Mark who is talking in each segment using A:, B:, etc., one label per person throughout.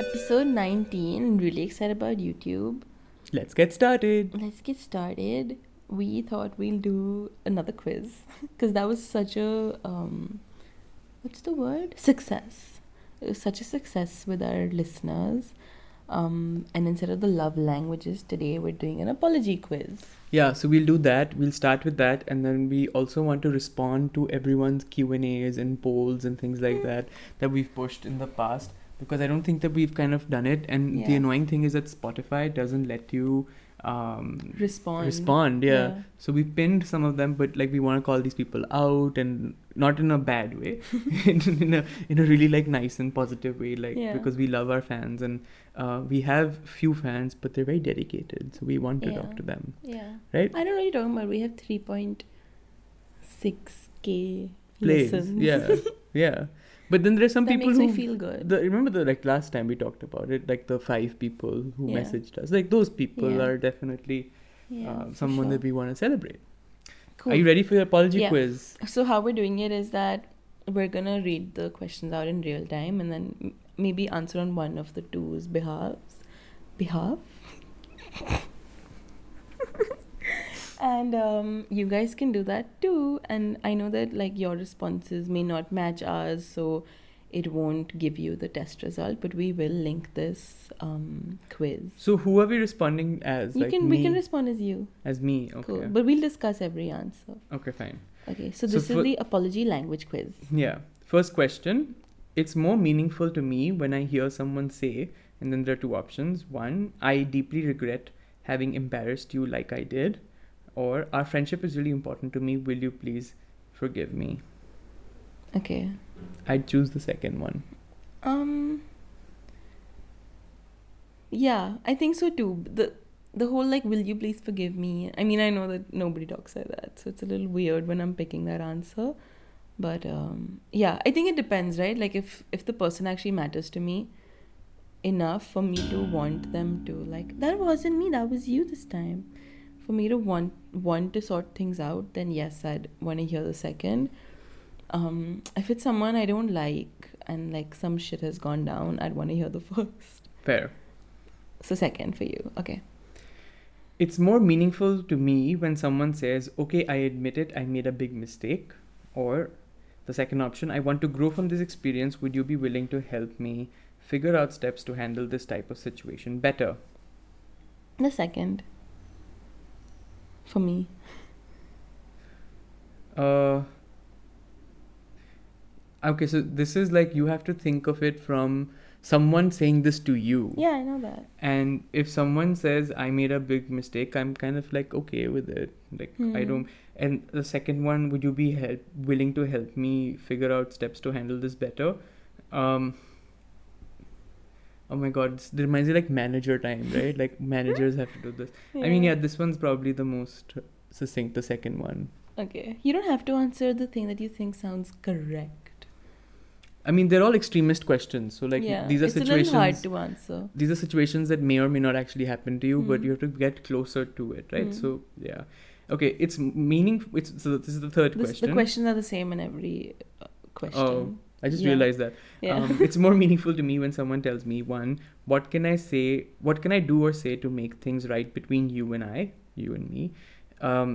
A: episode 19. Really excited about YouTube.
B: Let's get started.
A: Let's get started. We thought we'll do another quiz because that was such a um, what's the word? Success. It was such a success with our listeners. Um, and instead of the love languages, today we're doing an apology quiz.
B: Yeah, so we'll do that. We'll start with that and then we also want to respond to everyone's Q&As and polls and things like that that we've pushed in the past because I don't think that we've kind of done it and the
A: Yeah.
B: annoying thing is that Spotify doesn't let you um
A: Respond.
B: respond, yeah. So we pinned some of them but like we want to call these people out and not in a bad way in a in a really like nice and positive way like
A: Yeah.
B: because we love our fans and uh, we have few fans but they're very dedicated so we want to talk
A: Yeah.
B: to them
A: Yeah.
B: right?
A: I don't know what you're talking about. We have 3.6k
B: Plays,
A: listens.
B: yeah, yeah. But then there are some
A: that
B: people
A: makes
B: who
A: me feel good.
B: the, remember the like last time we talked about it, like the five people who
A: Yeah.
B: messaged us. Like those people
A: Yeah.
B: are definitely
A: yeah,
B: uh,
A: for
B: someone that
A: sure.
B: we want to celebrate.
A: cool.
B: Are you ready for your apology
A: Yeah.
B: quiz?
A: So how we're doing it is that we're gonna read the questions out in real time and then m- maybe answer on one of the two's behalves, behalf. and um, you guys can do that too. And I know that like your responses may not match ours, so it won't give you the test result. But we will link this um, quiz.
B: So who are we responding as?
A: you
B: like
A: can
B: me,
A: we can respond as you.
B: as me. Okay.
A: Cool. But we'll discuss every answer.
B: Okay, fine.
A: Okay, so
B: So
A: this
B: for-
A: is the apology language quiz.
B: Yeah. First question. It's more meaningful to me when I hear someone say, and then there are two options. One, I deeply regret having embarrassed you like I did. Or, our friendship is really important to me. Will you please forgive me?
A: Okay.
B: I'd choose the second one.
A: Um. Yeah, I think so too. the The whole like, will you please forgive me? I mean, I know that nobody talks like that, so it's a little weird when I'm picking that answer. But um, yeah, I think it depends, right? Like, if if the person actually matters to me enough for me to want them to like that wasn't me, that was you this time. For me to want want to sort things out, then yes, I'd want to hear the second um, if it's someone I don't like and like some shit has gone down, I'd want to hear the first.
B: Fair.
A: So second for you, okay?
B: It's more meaningful to me when someone says, okay, I admit it, I made a big mistake. Or the second option, I want to grow from this experience. Would you be willing to help me figure out steps to handle this type of situation better?
A: The second for me.
B: Uh, okay, so this is like you have to think of it from someone saying this to you.
A: Yeah, I know that.
B: And if someone says I made a big mistake, I'm kind of like okay with it. Like I
A: Hmm.
B: don't. And the second one, would you be help willing to help me figure out steps to handle this better? Um. Oh my God, this this reminds me like manager time, right? Like managers have to do this. I mean, yeah, this one's probably the most succinct. The second one.
A: Okay, you don't have to answer the thing that you think sounds correct.
B: I mean, they're all extremist questions. So like
A: yeah.
B: these are
A: it's
B: situations.
A: a little hard to answer.
B: these are situations that may or may not actually happen to you, but
A: Mm.
B: you have to get closer to it, right?
A: Mm.
B: So yeah, okay. It's meaning. It's so this is the third
A: This,
B: question.
A: the questions are the same in every uh, question.
B: I just
A: yeah.
B: realized that.
A: yeah.
B: Um, it's more meaningful to me when someone tells me one, what can I say? What can I do or say to make things right between you and I, you and me? Um,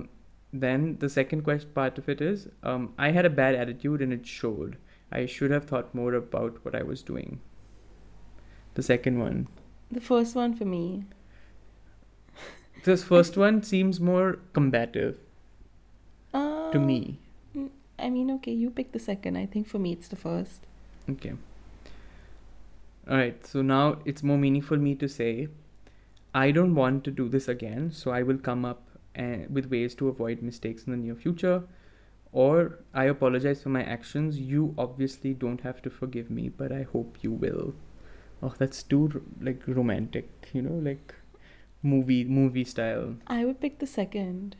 B: then the second quest part of it is, um, I had a bad attitude and it showed. I should have thought more about what I was doing. The second one.
A: the first one for me.
B: This first one seems more combative
A: Uh,
B: to me.
A: I mean, okay, you pick the second. I think for me, it's the first.
B: Okay. All right. So now it's more meaningful me to say, I don't want to do this again. So I will come up and, with ways to avoid mistakes in the near future, or I apologize for my actions. You obviously don't have to forgive me, but I hope you will. Oh, that's too r- like romantic. You know, like movie movie style.
A: I would pick the second.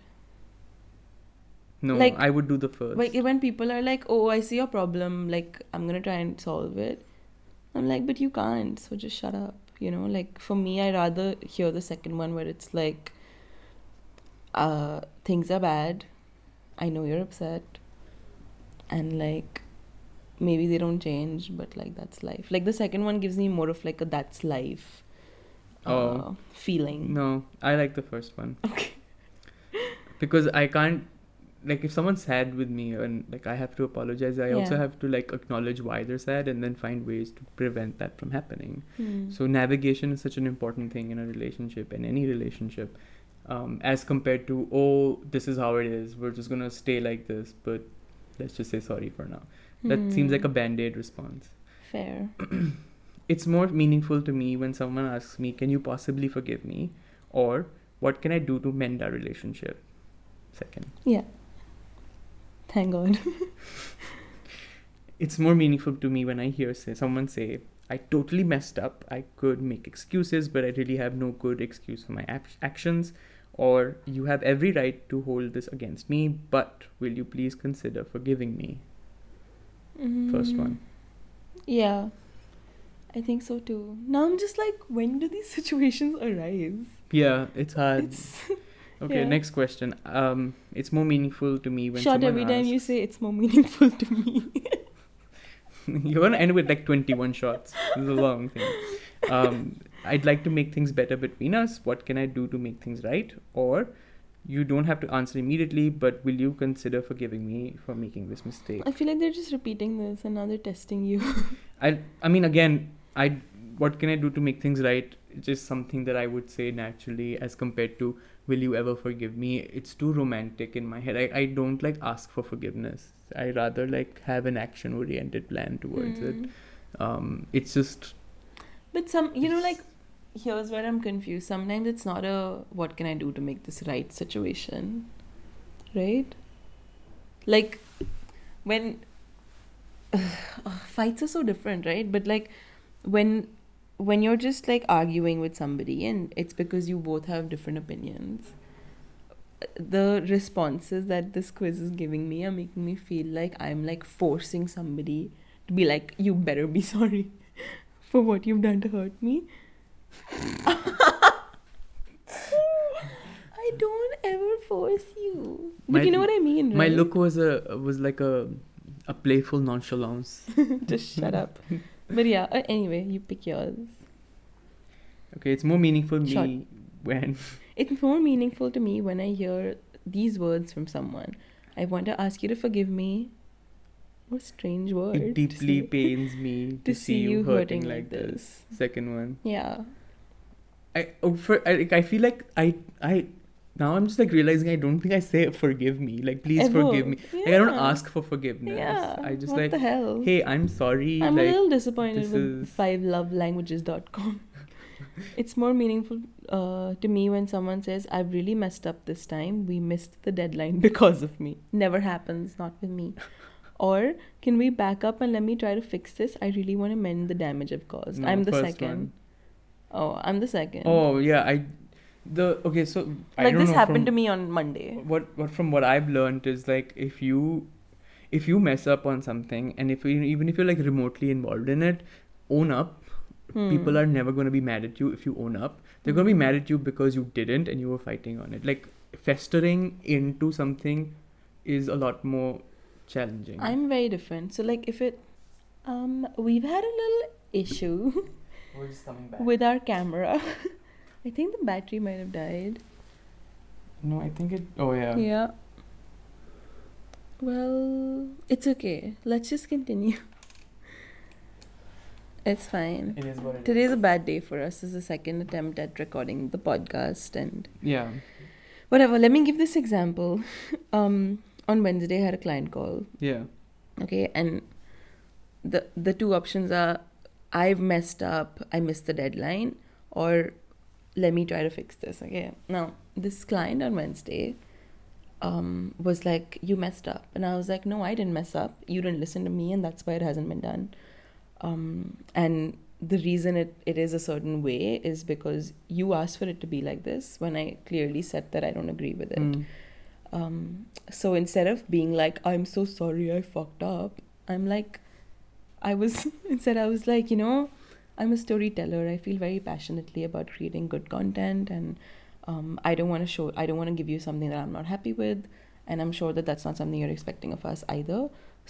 B: No,
A: Like-
B: I would do the first.
A: Like when people are like, "Oh, I see your problem. Like I'm gonna try and solve it." I'm like, "But you can't. So just shut up." You know, like for me, I rather hear the second one where it's like, "Uh, things are bad. I know you're upset, and like, maybe they don't change but like that's life like the second one gives me more of like a that's life uh,
B: Oh.
A: feeling
B: No, I like the first one.
A: Okay.
B: Because I can't like if someone's sad with me and like I have to apologize, I also
A: Yeah.
B: have to like acknowledge why they're sad and then find ways to prevent that from happening.
A: Hmm.
B: So navigation is such an important thing in a relationship in any relationship. Um, as compared to oh this is how it is we're just gonna stay like this but let's just say sorry for now that seems like a
A: Hmm.
B: band-aid response
A: fair
B: it's more meaningful to me when someone asks me, Can you possibly forgive me? Or what can I do to mend our relationship? Second.
A: thank god
B: It's more meaningful to me when I hear say someone say, I totally messed up. I could make excuses, but I really have no good excuse for my ap- actions. Or you have every right to hold this against me, but will you please consider forgiving me? First one.
A: Mm-hmm. yeah i think so too now i'm just like when do these situations arise
B: Yeah, it's hard.
A: it's
B: okay,
A: yeah.
B: next question. Um, it's more meaningful to me when
A: short
B: someone
A: every time
B: asks,
A: you say it's more meaningful to me
B: You're gonna end with like 21 shots. This is a long thing. Um, I'd like to make things better between us. What can I do to make things right? Or you don't have to answer immediately, but will you consider forgiving me for making this mistake?
A: i feel like they're just repeating this and now they're testing you
B: I I mean again, I what can I do to make things right? It's just something that I would say naturally as compared to will you ever forgive me? It's too romantic in my head. I, I don't like ask for forgiveness. I rather like have an action oriented plan towards it.
A: Hmm.
B: Um, it's just
A: But some, you know, like here's where I'm confused. Sometimes it's not a what can I do to make this right situation, right? Like when Ugh, fights are so different, right? But like when when you're just like arguing with somebody and it's because you both have different opinions the responses that this quiz is giving me are making me feel like i'm like forcing somebody to be like you better be sorry for what you've done to hurt me. I don't ever force you. But
B: My-
A: you know what I mean,
B: My
A: right?
B: look was a was like a a playful nonchalance.
A: Just shut up. But yeah, uh, anyway, you pick yours.
B: Okay, it's more meaningful to
A: Short.
B: me when
A: It's more meaningful to me when I hear these words from someone. I want to ask you to forgive me. What a strange word.
B: it
A: to
B: deeply
A: say.
B: pains me to see you hurting like this. Second one,
A: Yeah.
B: I oh, for I, like, I feel like I I now I'm just like realizing I don't think I say forgive me. Like please forgive
A: Ever.
B: me. Like I don't
A: Yeah.
B: ask for forgiveness.
A: Yeah.
B: I just
A: what
B: like
A: the hell?
B: hey I'm sorry.
A: I'm a
B: like
A: little disappointed
B: this
A: with
B: is-
A: 5lovelanguages.com. it's more meaningful uh, to me when someone says, I've really messed up this time. We missed the deadline because of me. Never happens, not with me. Or, can we back up and let me try to fix this? I really want to mend the damage I've caused.
B: no,
A: I'm the
B: Mm, first
A: second.
B: one.
A: Oh, I'm the second.
B: Oh yeah, I the okay so I
A: like,
B: don't
A: this
B: know
A: happened
B: from-
A: to me on Monday.
B: what what from what I've learned is like if you if you mess up on something and if you even if you're like remotely involved in it, own up.
A: Hmm.
B: People are never going to be mad at you if you own up. They're going to be
A: Mm.
B: mad at you because you didn't and you were fighting on it. Like festering into something is a lot more challenging.
A: I'm very different. So, like, if it. Um, we've had a little issue.
B: We're just coming back.
A: with our camera. I think the battery might have died.
B: no, I think it. Oh yeah.
A: Yeah. Well, it's okay. Let's just continue. It's fine.
B: It is what it is.
A: Today's a bad day for us. This is the second attempt at recording the podcast and
B: Yeah.
A: whatever. Let me give this example. Um, on Wednesday, I had a client call
B: Yeah.
A: okay and the the two options are i've messed up i missed the deadline or let me try to fix this okay now this client on wednesday um was like you messed up and i was like no i didn't mess up you didn't listen to me and that's why it hasn't been done um and the reason it, it is a certain way is because you asked for it to be like this when i clearly said that i don't agree with it
B: Mm.
A: um, so instead of being like, I'm so sorry, I fucked up, I'm like, I was, instead, I was like, you know, I'm a storyteller. I feel very passionately about creating good content, and um, I don't want to show, I don't want to give you something that I'm not happy with. And I'm sure that that's not something you're expecting of us either.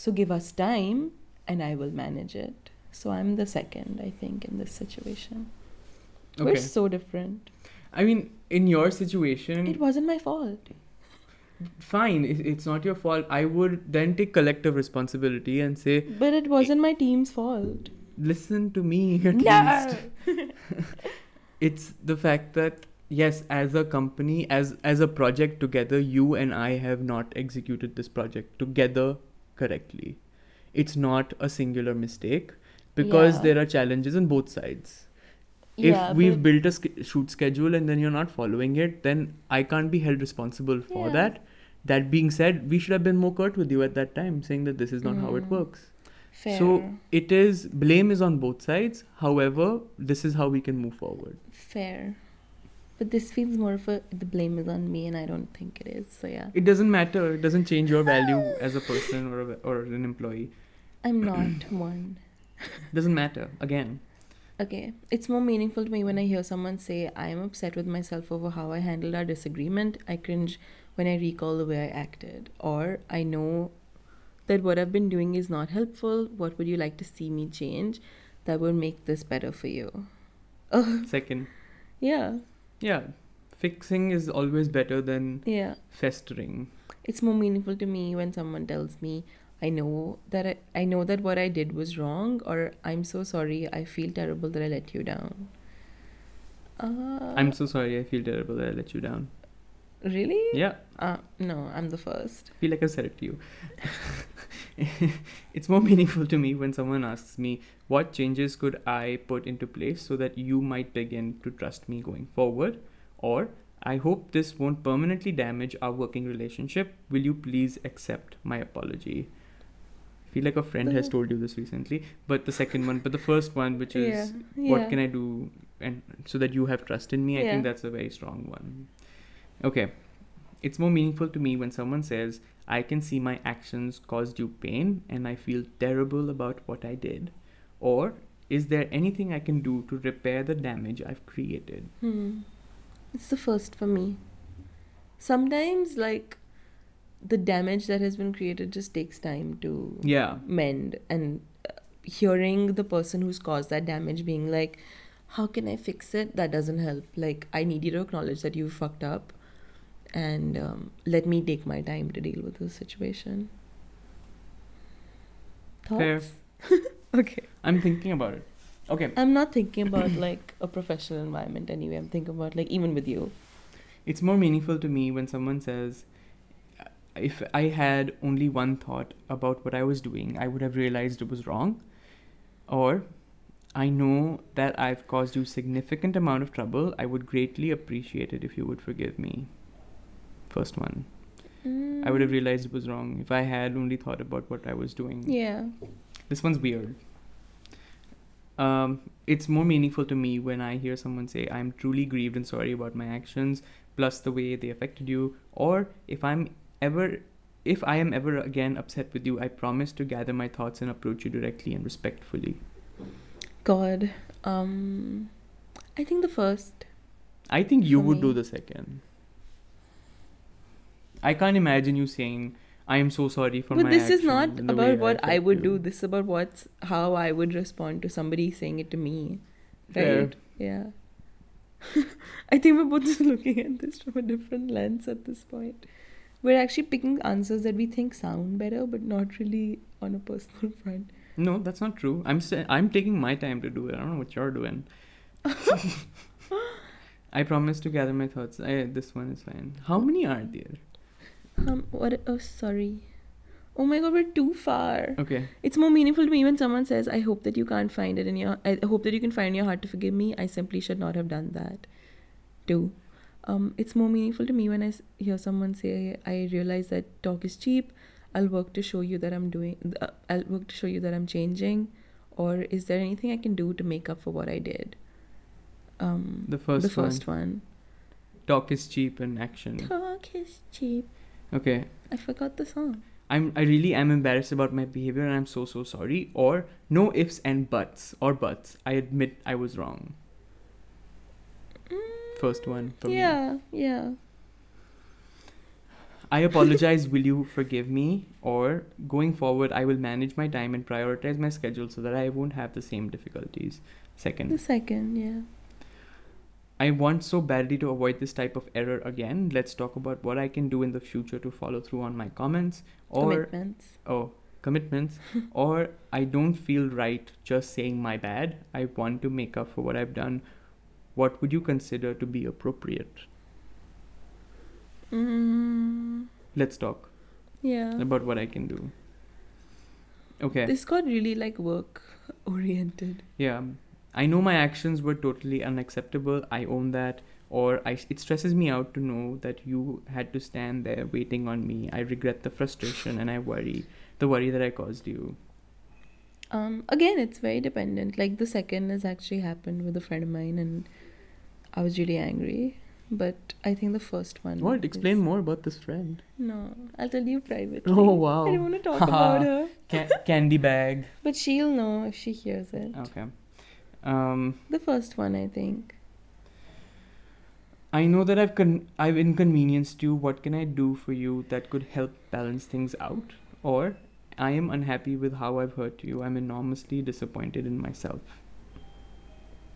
A: So give us time and I will manage it. So I'm the second, I think, in this situation. We're
B: Okay.
A: so different.
B: I mean, in your situation,
A: It wasn't my fault.
B: fine. It, it's not your fault. I would then take collective responsibility and say,
A: But it wasn't my team's fault.
B: listen to me at least. It's the fact that yes, as a company, as as a project together, you and I have not executed this project together correctly. It's not a singular mistake because
A: Yeah.
B: there are challenges on both sides. if
A: Yeah,
B: we've
A: but-
B: built a sch- shoot schedule and then you're not following it then i can't be held responsible for
A: Yeah.
B: that that being said we should have been more curt with you at that time saying that this is not how it
A: Mm.
B: works
A: Fair.
B: so it is blame is on both sides however this is how we can move forward
A: Fair. But this feels more of a the blame is on me, and I don't think it is. So yeah,
B: it doesn't matter it doesn't change your value as a person or, a, or an employee
A: I'm not one.
B: doesn't matter again
A: Okay, it's more meaningful to me when I hear someone say, "I am upset with myself over how I handled our disagreement." I cringe when I recall the way I acted, or I know that what I've been doing is not helpful. What would you like to see me change that would make this better for you? Oh,
B: second
A: Yeah,
B: yeah fixing is always better than
A: yeah.
B: festering
A: it's more meaningful to me when someone tells me i know that I, I know that what i did was wrong or i'm so sorry i feel terrible that i let you down uh,
B: i'm so sorry i feel terrible that i let you down
A: really
B: yeah
A: uh, no i'm the first
B: feel like I've said it to you. it's more meaningful to me when someone asks me, What changes could I put into place so that you might begin to trust me going forward? Or, I hope this won't permanently damage our working relationship. Will you please accept my apology? I feel like a friend has told you this recently, but the second one, but the first one, which is,
A: yeah
B: What can I do? And so that you have trust in me, I
A: Yeah.
B: think that's a very strong one. Okay. It's more meaningful to me when someone says, I can see my actions caused you pain and I feel terrible about what I did. Or, is there anything I can do to repair the damage I've created?
A: Hmm. It's the first for me. Sometimes, like, the damage that has been created just takes time to
B: Yeah.
A: mend. And uh, hearing the person who's caused that damage being like, how can I fix it? That doesn't help. Like, I need you to acknowledge that you fucked up and um, let me take my time to deal with this situation.
B: Fair.
A: Thoughts? okay.
B: I'm thinking about it. Okay.
A: I'm not thinking about like a professional environment anyway. I'm thinking about like even with you.
B: It's more meaningful to me when someone says, "Uh, if I had only one thought about what I was doing, I would have realized it was wrong. Or, I know that I've caused you significant amount of trouble. I would greatly appreciate it if you would forgive me. First one. I would have
A: Mm.
B: realized it was wrong if I had only thought about what I was doing.
A: Yeah.
B: This one's weird. Um, it's more meaningful to me when I hear someone say, I'm truly grieved and sorry about my actions, plus the way they affected you, or if I'm ever. If I am ever again upset with you, I promise to gather my thoughts and approach you directly and respectfully.
A: God. Um I think the first.
B: I think you
A: For
B: would do
A: me.
B: the second. I can't imagine you saying, "I am so sorry for
A: but
B: my."
A: this is
B: actions
A: not
B: and the way
A: about what I
B: affect
A: would
B: you."
A: do. This is about what's how I would respond to somebody saying it to me.
B: Fair.
A: Right. Yeah. I think we're both just looking at this from a different lens at this point. We're actually picking answers that we think sound better, but not really on a personal front.
B: No, that's not true. I'm sa- I'm taking my time to do it. I don't know what you're doing. I promise to gather my thoughts. I, this one is fine. How many are there?
A: Um, what? Oh, sorry. Oh my god, we're too far.
B: Okay.
A: It's more meaningful to me when someone says, "I hope that you can't find it in your. I hope that you can find in your heart to forgive me. I simply should not have done that." Too. Um, it's more meaningful to me when I s- hear someone say, "I realize that talk is cheap. I'll work to show you that I'm doing. Uh, I'll work to show you that I'm changing." Or is there anything I can do to make up for what I did? Um,
B: The first
A: the first one.
B: Talk is cheap and action.
A: Talk is cheap.
B: Okay.
A: I forgot the song.
B: I'm I really am embarrassed about my behavior and I'm so so sorry. Or no ifs and buts or buts. I admit I was wrong. First one for me.
A: yeah, yeah.
B: I apologize, will you forgive me? Or going forward, I will manage my time and prioritize my schedule so that I won't have the same difficulties.
A: The
B: Second,
A: second, yeah.
B: I want so badly to avoid this type of error again. Let's talk about what I can do in the future to follow through on my comments or
A: Commitments.
B: oh commitments or I don't feel right just saying my bad. I want to make up for what I've done. What would you consider to be appropriate?
A: Mm,
B: Let's talk
A: yeah.
B: about what I can do. Okay.
A: This got really like work oriented.
B: Yeah. um, I know my actions were totally unacceptable. I own that. Or I, it stresses me out to know that you had to stand there waiting on me. I regret the frustration and I worry. The worry that I caused you.
A: Um, again, it's very dependent. Like the second has actually happened with a friend of mine, and I was really angry. But I think the first one.
B: What? Explain
A: is-
B: more about this friend.
A: No, I'll tell you privately.
B: Oh, wow.
A: I don't want to talk about her,
B: candy bag.
A: but she'll know if she hears it.
B: Okay. Um,
A: The first one, I think.
B: I know that I've con- I've inconvenienced you. What can I do for you that could help balance things out? Or I am unhappy with how I've hurt you. I'm enormously disappointed in myself.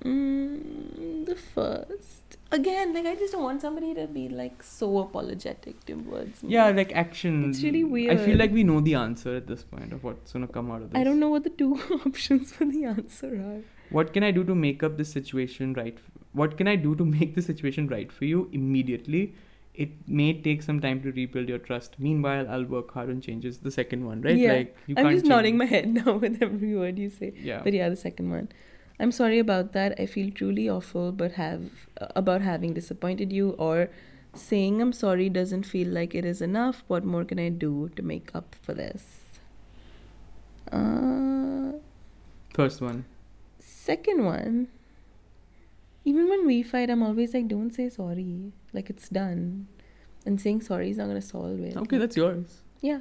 A: Mm, the first. Again, like I just don't want somebody to be like so apologetic towards me.
B: Yeah, like action.
A: It's really
B: I feel
A: weird.
B: like we know the answer at this point of what's gonna come out of this.
A: I don't know what the two options for the answer are.
B: What can I do to make up this situation right? What can I do to make the situation right for you immediately? It may take some time to rebuild your trust. Meanwhile, I'll work hard on changes. The second one, right?
A: Yeah.
B: Like you
A: I'm
B: can't
A: just nodding
B: change-
A: my head now with every word you say.
B: Yeah.
A: But yeah, the second one. I'm sorry about that. I feel truly awful, but have about having disappointed you or saying I'm sorry doesn't feel like it is enough. What more can I do to make up for this? Uh,
B: First one.
A: second one. Even when we fight, I'm always like, don't say sorry. Like it's done, and saying sorry is not gonna solve it.
B: Okay, that's yours.
A: yeah.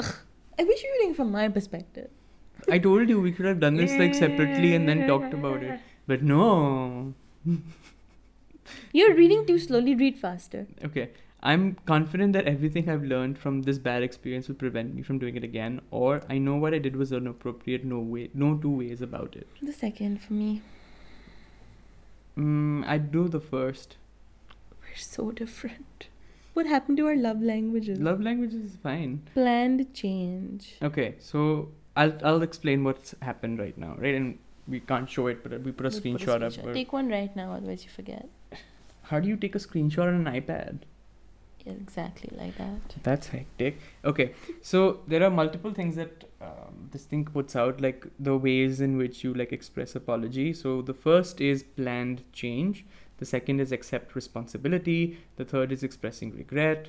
A: I wish you were reading from my perspective.
B: I told you we could have done this like separately and then talked about it. But no.
A: You're reading too slowly. Read faster.
B: Okay. I'm confident that everything I've learned from this bad experience will prevent me from doing it again, or I know what I did was inappropriate. No way, no two ways about it.
A: The second for me.
B: Mm, I'd do the first.
A: We're so different. What happened to our love languages?
B: Love language is fine.
A: Planned change.
B: Okay, so I'll I'll explain what's happened right now, right? And we can't show it, but we put a
A: We'll put a
B: screenshot up.
A: screenshot.
B: or-
A: Take one right now, otherwise you forget.
B: How do you take a screenshot on an iPad?
A: Yeah, exactly like that.
B: That's hectic. Okay, so there are multiple things that um, this thing puts out, like the ways in which you like express apology. So the first is planned change. The second is accept responsibility. The third is expressing regret.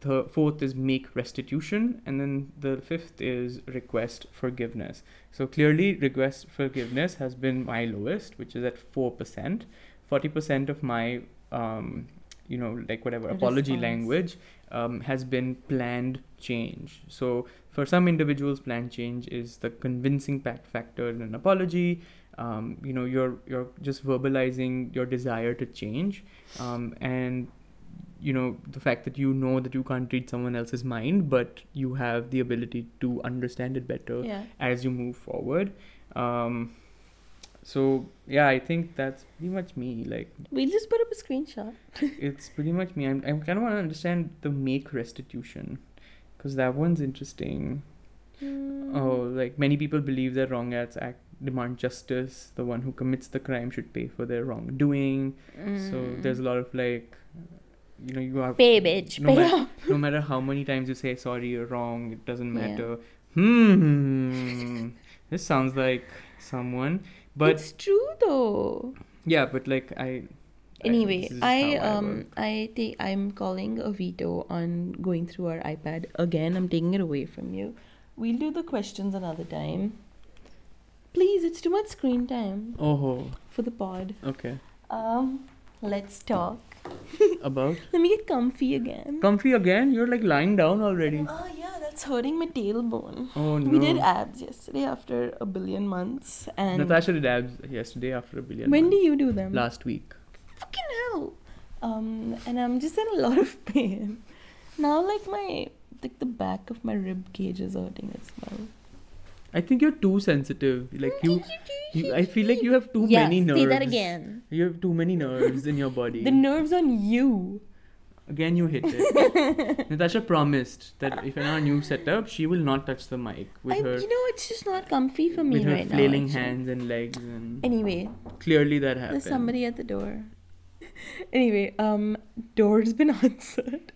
B: The fourth is make restitution, and then the fifth is request forgiveness. So clearly, request forgiveness has been my lowest, which is at four percent. Forty percent of my, um, you know, like whatever apology
A: Response.
B: language um, has been planned change. So, for some individuals, planned change is the convincing pact factor in an apology. Um, you know, you're you're just verbalizing your desire to change, um, and you know the fact that you know that you can't read someone else's mind, but you have the ability to understand it better
A: Yeah.
B: as you move forward. Um, so yeah, I think that's pretty much me. Like
A: We'll just put up a screenshot.
B: it's pretty much me. I'm, I'm kind of want to understand the make restitution because that one's interesting. Oh, like many people believe that wrong acts act demand justice. The one who commits the crime should pay for their wrongdoing. So there's a lot of like, you know, you are
A: Mm. Pay, bitch.
B: No,
A: pay
B: ma-
A: up.
B: no matter how many times you say sorry or wrong, it doesn't
A: Yeah.
B: matter. Hmm, this sounds like someone. But
A: it's true though.
B: yeah, but like I. I-
A: Anyway,
B: this is
A: I,
B: how work.
A: um I take I'm calling a veto on going through our iPad again. I'm taking it away from you. We'll do the questions another time. Please, it's too much screen time
B: Oh,
A: for the pod.
B: okay.
A: Um, let's talk.
B: About
A: Let me get comfy again.
B: Comfy again? You're like lying down already.
A: Oh yeah, that's hurting my tailbone.
B: Oh no.
A: We did abs yesterday after a billion months, and
B: Natasha did abs yesterday after a billion.
A: when do
B: months.
A: you do them?
B: Last week.
A: Fucking hell! Um, and I'm just in a lot of pain. Now, like my like the back of my rib cage is hurting as well.
B: I think you're too sensitive. Like you, you I feel like you have too many nerves.
A: Say that again.
B: You have too many nerves in your body.
A: The nerves on you.
B: Again, you hit it. Natasha promised that if in our new setup, she will not touch the mic with
A: I,
B: her
A: you know, it's just not comfy for me
B: with her
A: right now.
B: flailing
A: actually.
B: hands and legs, and
A: Anyway,
B: clearly that happened.
A: there's somebody at the door. anyway, um, door's been answered.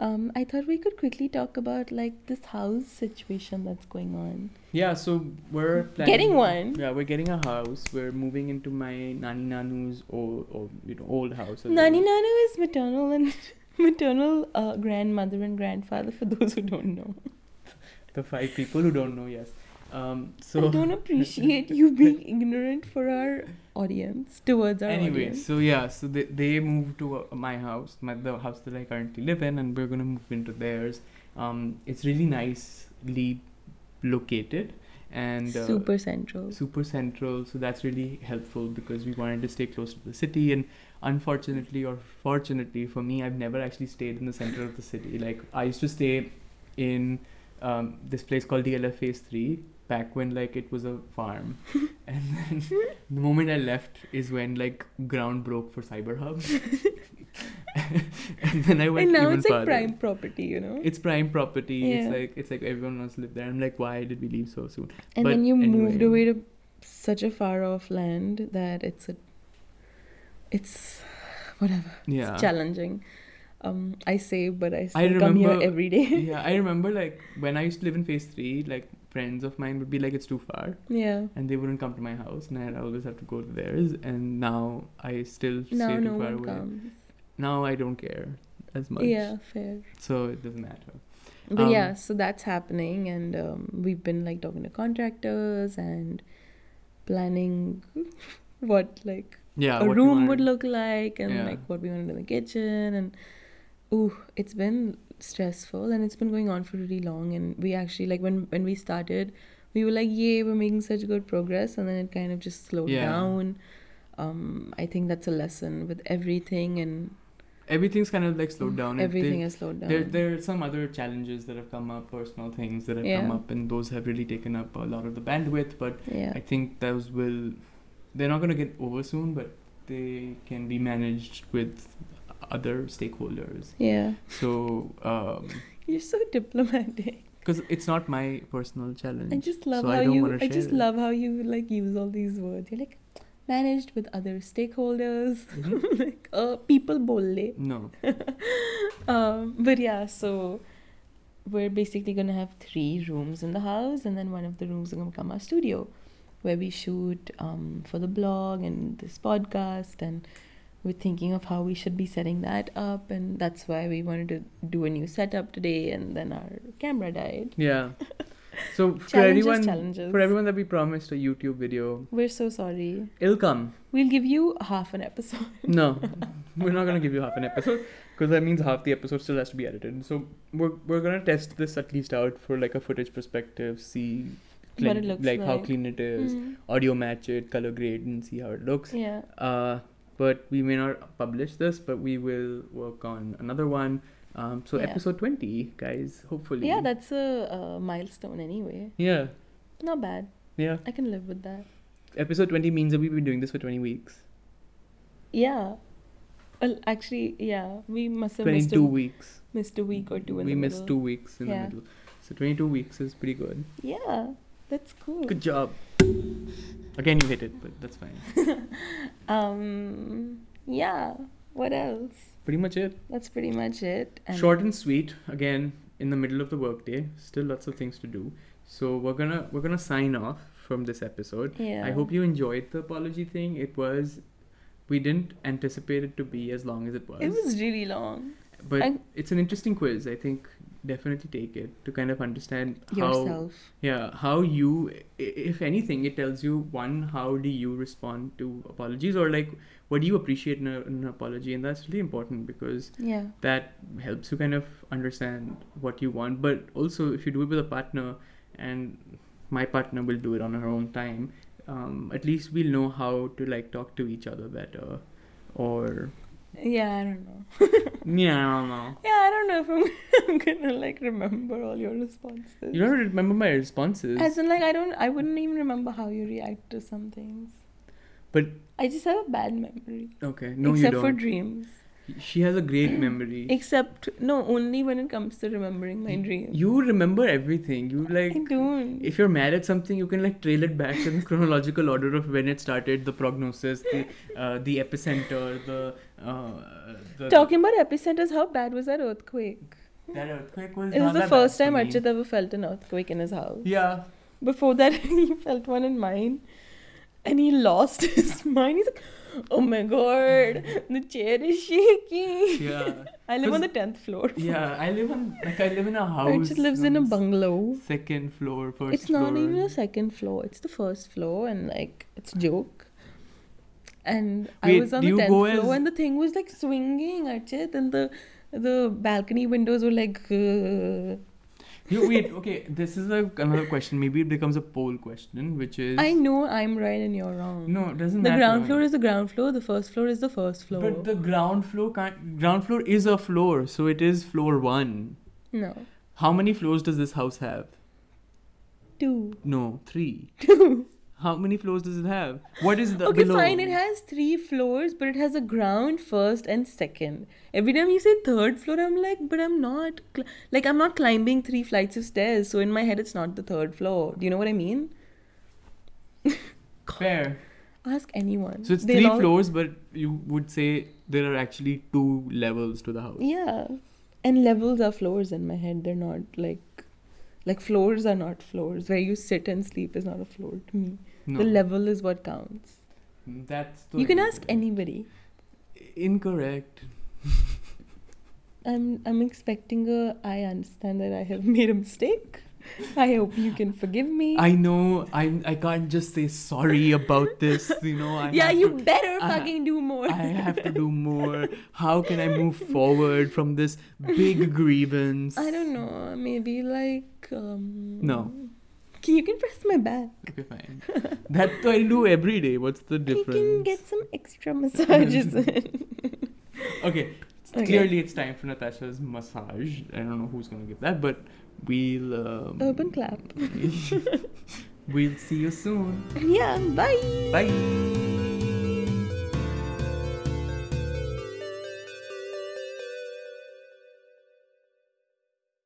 A: Um, I thought we could quickly talk about like this house situation that's going on.
B: Yeah, so we're planning,
A: Getting one.
B: Yeah, we're getting a house. We're moving into my nani nanu's old, old you know, old house. or
A: Nani Nanu is maternal and maternal uh, grandmother and grandfather for those who don't know.
B: the five people who don't know. Yes. Um.
A: I
B: So
A: don't appreciate you being ignorant for our audience towards our
B: anyway,
A: audience.
B: so yeah, so they they moved to uh, my house, my the house that I currently live in, and we're gonna move into theirs. Um, it's really nicely located and uh,
A: super central.
B: super central so that's really helpful because we wanted to stay close to the city and unfortunately or fortunately for me i've never actually stayed in the center of the city like i used to stay in um, this place called dlf phase 3 back when like it was a farm and then the moment i left is when like ground broke for cyber hub and then i went
A: And now
B: even
A: it's like
B: farther
A: prime property, you know.
B: it's prime property
A: Yeah.
B: it's like it's like everyone wants to live there i'm like why did we leave so soon
A: and
B: but
A: then you moved
B: anyway.
A: away to such a far off land that it's a it's whatever.
B: yeah
A: It's challenging. Um, I say, but I still
B: I
A: come here
B: remember-
A: every day.
B: yeah, I remember like when I used to live in phase three, like friends of mine would be like, it's too far,
A: yeah.
B: and they wouldn't come to my house, and I'd always have to go to theirs. And now I still
A: Now
B: stay too
A: no
B: far
A: one
B: away.
A: comes.
B: Now I don't care as much.
A: Yeah, fair.
B: So it doesn't matter.
A: But
B: Um,
A: yeah, so that's happening, and um, we've been like talking to contractors and planning what like
B: Yeah.
A: a
B: Uh, what you
A: room
B: wanna-
A: would look like, and
B: Yeah.
A: like what we wanted in the kitchen, and ooh, it's been stressful, and it's been going on for really long. And we actually like when when we started, we were like, yay, we're making such good progress, and then it kind of just slowed
B: Yeah.
A: down. Um, I think that's a lesson with everything, and
B: Everything's kind of like slowed down. and they-
A: everything has slowed down.
B: There, there are some other challenges that have come up, personal things that have come
A: Yeah.
B: up, and those have really taken up a lot of the bandwidth. But
A: yeah.
B: I think those will they're not going to get over soon, but they can be managed with other stakeholders.
A: yeah.
B: So
A: You're so diplomatic.
B: because it's not my personal
A: I
B: challenge.
A: just love
B: So I
A: how
B: don't
A: you.
B: wanna
A: I just
B: share it.
A: love how you like use all these words. You're like managed with other stakeholders,
B: Mhm.
A: like uh, people bolle.
B: no,
A: Um, but yeah, so we're basically gonna have three rooms in the house, and then one of the rooms is gonna become our studio, where we shoot um, for the blog and this podcast, and we're thinking of how we should be setting that up, and that's why we wanted to do a new setup today, and then our camera died.
B: yeah. So for
A: Challenges,
B: everyone,
A: challenges.
B: for everyone that we promised a YouTube video,
A: We're so sorry.
B: it'll come.
A: We'll give you half an episode.
B: No, we're not gonna give you half an episode because that means half the episode still has to be edited. So we're we're gonna test this at least out for like a footage perspective, see
A: What it
B: clean-
A: looks
B: like, how
A: like.
B: clean it is,
A: Mm,
B: audio match it, color grade, and see how it looks.
A: Yeah.
B: Uh, but we may not publish this, but we will work on another one. Um, so
A: Yeah.
B: episode twenty, guys. Hopefully.
A: Yeah, that's a, uh milestone anyway.
B: yeah,
A: Not bad.
B: yeah.
A: I can live with that.
B: Episode twenty means that we've been doing this for twenty weeks,
A: Yeah. Well, actually, yeah, we must have missed
B: twenty-two
A: a,
B: weeks.
A: missed a week or two in
B: we
A: the
B: missed two
A: middle.
B: weeks in
A: Yeah.
B: the middle, so twenty-two weeks is pretty good.
A: Yeah, that's cool.
B: Good job. Again, you hit it, but that's fine.
A: Um, yeah. What else?
B: Pretty much it.
A: That's pretty much it. And
B: Short and sweet. Again, in the middle of the workday, still lots of things to do. So we're gonna we're gonna sign off from this episode.
A: Yeah.
B: I hope you enjoyed the apology thing. It was we didn't anticipate it to be as long as it was.
A: It was really long.
B: but
A: I-
B: it's an interesting quiz. I think definitely take it to kind of understand how
A: Yourself.
B: yeah, how you i- if anything it tells you one how do you respond to apologies or like what do you appreciate in, a, in an apology and that's really important because
A: Yeah.
B: that helps you kind of understand what you want but also if you do it with a partner and my partner will do it on her own time um, at least we'll know how to like talk to each other better or
A: Yeah, I don't know.
B: Yeah, I don't know.
A: Yeah, I don't know if I'm, I'm gonna like remember all your responses.
B: You don't remember my responses.
A: As in, like, I don't, I wouldn't even remember how you react to some things.
B: But-
A: I just have a bad memory.
B: okay, no,
A: except
B: you
A: for
B: don't.
A: dreams.
B: she has a great memory.
A: Except, no, only when it comes to remembering my dreams.
B: You remember everything. You like.
A: I don't.
B: If you're mad at something, you can like trail it back in chronological order of when it started, the prognosis, the uh, the epicenter, the uh, the
A: Talking about epicenters, how bad was that earthquake?
B: that earthquake was.
A: It was
B: not
A: the
B: that bad
A: first
B: for
A: time
B: me.
A: Archit ever felt an earthquake in his house.
B: Yeah,
A: Before that, he felt one in mine. And he lost his mind. He's like, oh my god, the chair is shaking.
B: Mm. yeah,
A: I live on the
B: Cause-
A: 10th floor.
B: yeah. I live on like I live in a house.
A: Archit lives in a
B: on
A: bungalow.
B: Second floor, first
A: It's not
B: floor.
A: even a second floor, it's the first floor, and like, it's a joke. And I
B: Wait,
A: was on
B: do
A: the
B: you
A: 10th
B: go
A: floor,
B: as-
A: and the thing was like swinging, Archit, and the the balcony windows were like. uh,
B: You wait, okay. This is a, another question. Maybe it becomes a poll question, which is
A: I know I'm right and you're wrong.
B: no, it doesn't
A: The
B: matter.
A: ground floor is the ground floor, the first floor is the first floor.
B: But the ground floor can't. Ground floor is a floor, so it is floor one.
A: no.
B: How many floors does this house have?
A: Two.
B: No, three. How many floors does it have? What is the
A: okay,
B: below?
A: fine. It has three floors, but it has a ground first and second. Every time you say third floor, I'm like, but I'm not. Cl- like, I'm not climbing three flights of stairs, so in my head, it's not the third floor. Do you know what I mean?
B: Fair.
A: Ask anyone.
B: So it's
A: They'll
B: three
A: all-
B: floors, but you would say there are actually two levels to the house.
A: Yeah. And levels are floors in my head. They're not like. Like, floors are not floors. Where you sit and sleep is not a floor to me.
B: No,
A: The level is what counts.
B: that's the
A: You can ask anybody.
B: Incorrect.
A: I'm I'm expecting a I understand that I have made a mistake. I hope you can forgive me.
B: I know. I I can't just say sorry about this. You know. I
A: yeah,
B: have
A: you
B: to-
A: better
B: I-
A: fucking do more.
B: I have to do more. How can I move forward from this big grievance?
A: I don't know. Maybe like um
B: No.
A: Can you can press my back.
B: Okay, fine. That I do every day. What's the difference?
A: You can get some extra massages.
B: Okay,
A: Okay.
B: clearly it's time for Natasha's massage. I don't know who's gonna give that, but we'll. Um,
A: Urban clap.
B: we'll see you soon.
A: yeah, bye.
B: Bye.